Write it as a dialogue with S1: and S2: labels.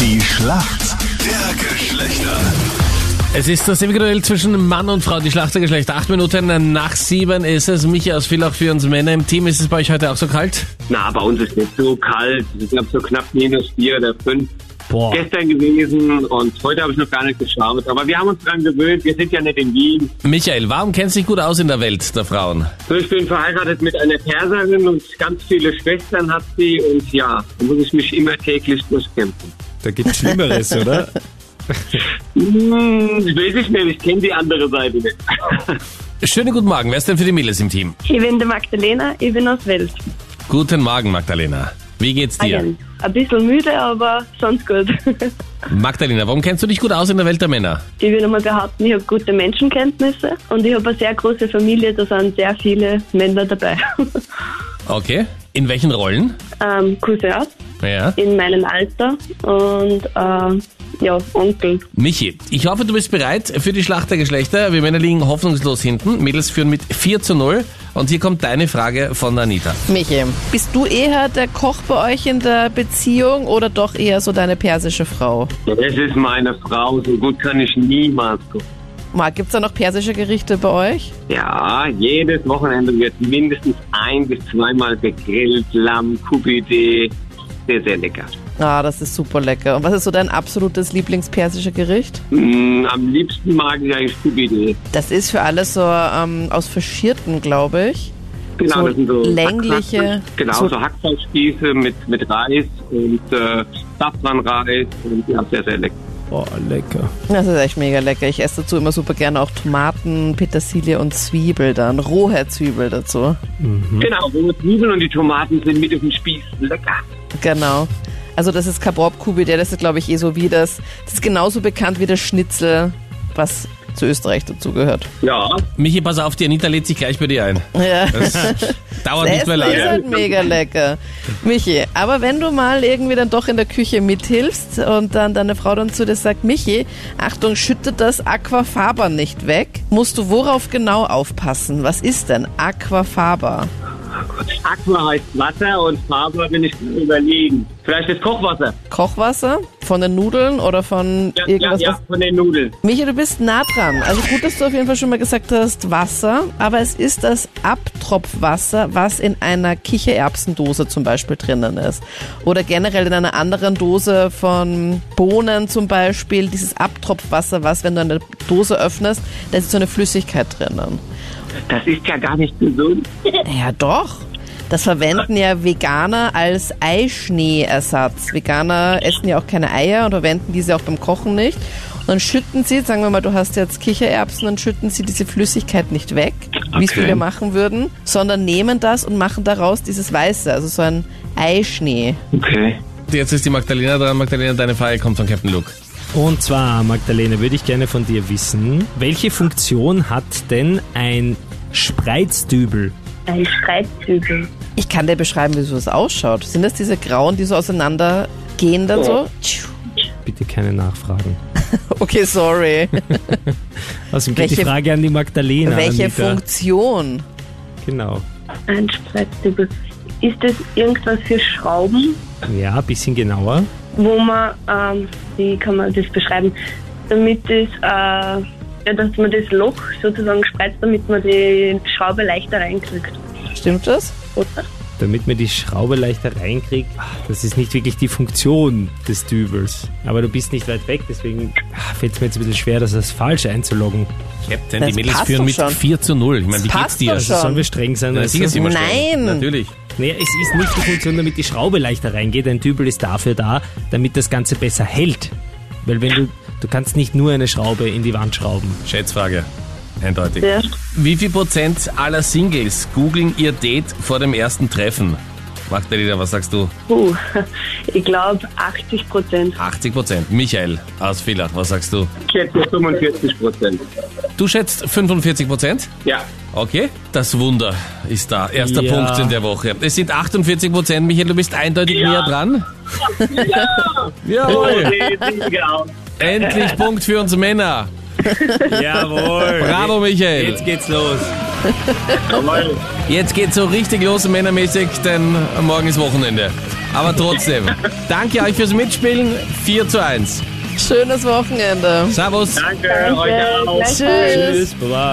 S1: Die Schlacht der Geschlechter.
S2: Es ist das ewige Duell zwischen Mann und Frau, die Schlacht der Geschlechter. Acht Minuten nach sieben ist es. Michi aus Villach für uns Männer im Team. Ist es bei euch heute auch so kalt?
S3: Na, bei uns ist nicht so kalt. Ich glaube so knapp minus vier oder fünf
S2: Boah.
S3: gestern gewesen und heute habe ich noch gar nicht geschaut. Aber wir haben uns dran gewöhnt. Wir sind ja nicht in Wien.
S2: Michael, warum kennst du dich gut aus in der Welt der Frauen?
S3: So, ich bin verheiratet mit einer Perserin und ganz viele Schwestern hat sie. Und ja, da muss ich mich immer täglich durchkämpfen.
S4: Da gibt's Schlimmeres, oder?
S3: Hm, weiß ich nicht. Ich kenne die andere Seite nicht.
S2: Schönen guten Morgen. Wer ist denn für die Mädels im Team?
S5: Ich bin die Magdalena, ich bin aus Wels.
S2: Guten Morgen, Magdalena. Wie geht's dir?
S5: Bayern. Ein bisschen müde, aber sonst gut.
S2: Magdalena, warum kennst du dich gut aus in der Welt der Männer?
S5: Ich würde mal behaupten, ich habe gute Menschenkenntnisse und ich habe eine sehr große Familie, da sind sehr viele Männer dabei.
S2: Okay. In welchen Rollen?
S5: ähm, Cousins
S2: Ja.
S5: in meinem Alter und äh, ja, Onkel.
S2: Michi, ich hoffe, du bist bereit für die Schlacht der Geschlechter. Wir Männer liegen hoffnungslos hinten. Mädels führen mit 4 zu 0. Und hier kommt deine Frage von der Anita.
S6: Michi, bist du eher der Koch bei euch in der Beziehung oder doch eher so deine persische Frau?
S3: Es ist meine Frau. So gut kann ich niemals gucken.
S6: Marc, gibt's da noch persische Gerichte bei euch?
S3: Ja, jedes Wochenende wird mindestens ein bis zweimal gegrillt. Lamm, Kubide. Sehr, sehr lecker.
S6: Ah, das ist super lecker. Und was ist so dein absolutes Lieblingspersische Gericht?
S3: Mm, am liebsten mag ich eigentlich Kubide.
S6: Das ist für alles so ähm, aus Verschierten, glaube ich.
S3: Genau,
S6: So
S3: das sind so
S6: längliche-
S3: Hackfleisch- Genau, so,
S6: so-
S3: Hackfleischspieße mit, mit Reis und äh, Safranreis und ja, sehr, sehr lecker.
S4: Boah, lecker.
S6: Das ist echt mega lecker. Ich esse dazu immer super gerne auch Tomaten, Petersilie und Zwiebel dann. Rohe Zwiebel dazu.
S3: Genau, rohe Zwiebeln und die Tomaten sind mit auf dem Spieß. Lecker.
S6: Genau. Also das ist Kaborb Kubi, der das ist glaube ich eh so wie das. Das ist genauso bekannt wie das Schnitzel, was zu Österreich dazugehört.
S3: Ja,
S2: Michi, pass auf, die Anita lädt sich gleich bei dir ein.
S6: Ja.
S2: Dauert
S6: Das
S2: nicht mehr
S6: Essen ist
S2: lange.
S6: halt mega lecker. Michi, aber wenn du mal irgendwie dann doch in der Küche mithilfst und dann deine Frau dann zu dir sagt, Michi, Achtung, schüttet das Aquafaber nicht weg, musst du worauf genau aufpassen? Was ist denn Aquafaber?
S3: Aqua heißt Wasser und Faber bin ich am überlegen. Vielleicht das Kochwasser.
S6: Kochwasser von den Nudeln oder von
S3: Ja, ja,
S6: irgendwas, was
S3: ja, von den Nudeln.
S6: Michi, du bist nah dran. Also gut, dass du auf jeden Fall schon mal gesagt hast, Wasser, aber es ist das Abtropfwasser, was in einer Kichererbsendose zum Beispiel drinnen ist. Oder generell in einer anderen Dose von Bohnen zum Beispiel, dieses Abtropfwasser, was, wenn du eine Dose öffnest, da ist so eine Flüssigkeit drinnen.
S3: Das ist ja gar nicht gesund.
S6: Ja, doch. Das verwenden ja Veganer als Eischneeersatz. Veganer essen ja auch keine Eier und verwenden diese auch beim Kochen nicht. Und dann schütten sie, sagen wir mal, du hast jetzt Kichererbsen, dann schütten sie diese Flüssigkeit nicht weg, wie es
S3: Okay.
S6: viele machen würden, sondern nehmen das und machen daraus dieses Weiße, also so ein Eischnee.
S3: Okay.
S2: Jetzt ist die Magdalena dran. Magdalena, deine Frage kommt von Captain Luke.
S4: Und zwar, Magdalena, würde ich gerne von dir wissen, welche Funktion hat denn ein Spreizdübel?
S5: Ein Streitzügel.
S6: Ich kann dir beschreiben, wie so das ausschaut. Sind das diese grauen, die so auseinandergehen dann so? Tschu.
S4: Bitte keine Nachfragen.
S6: Okay, sorry.
S4: Außerdem geht die
S6: Welche-
S4: Frage an die Magdalena.
S6: Welche
S4: Anita.
S6: Funktion?
S4: Genau.
S5: Ein Streitzügel. Ist das irgendwas für Schrauben,
S4: Ja, ein bisschen genauer.
S5: wo man, ähm, wie kann man das beschreiben, damit das, äh, ja, dass man das Loch sozusagen spreizt, damit man die Schraube leichter reinkriegt,
S6: Stimmt das?
S5: oder?
S4: Damit man die Schraube leichter reinkriegt, Ah, das ist nicht wirklich die Funktion des Dübels. Aber du bist nicht weit weg, deswegen ah, fällt es mir jetzt ein bisschen schwer, das als falsch einzuloggen.
S2: Captain,
S6: Das
S2: die Mädels
S6: passt
S2: führen
S6: doch
S2: mit
S6: schon.
S2: 4 zu 0. Ich meine, wie
S6: Das
S2: geht's
S6: passt
S2: dir?
S6: doch
S4: Also sollen wir streng sein?
S2: Ja,
S4: weißt
S2: die
S4: du?
S2: ist immer streng.
S6: Nein.
S2: Natürlich.
S4: Naja, es ist nicht die Funktion, damit die Schraube leichter reingeht. Ein Dübel ist dafür da, damit das Ganze besser hält. Weil wenn du, du kannst nicht nur eine Schraube in die Wand schrauben.
S2: Schätzfrage. Eindeutig.
S5: Ja.
S2: Wie viel Prozent aller Singles googeln ihr Date vor dem ersten Treffen? Magdalena, was sagst du?
S5: Puh, ich glaube 80 Prozent.
S2: 80 Prozent. Michael aus Villach, was sagst du?
S3: Ich schätze 45 Prozent.
S2: Du schätzt 45 Prozent?
S3: Ja.
S2: Okay, das Wunder ist da. Erster
S4: Ja.
S2: Punkt in der Woche. Es sind 48 Prozent. Michael, du bist eindeutig
S3: Ja.
S2: näher dran.
S3: Ah,
S2: Ja. Jawohl.
S3: Okay, genau.
S2: Endlich Punkt für uns Männer.
S4: Jawohl.
S2: Bravo, Michael.
S4: geht's los.
S3: Jawohl.
S2: Jetzt geht's so richtig los männermäßig, denn morgen ist Wochenende. Aber trotzdem, danke euch fürs Mitspielen. 4 zu 1.
S6: Schönes Wochenende.
S2: Servus.
S3: Danke, euch auch.
S5: Gleichfalls.
S6: Tschüss.
S4: Tschüss, baba.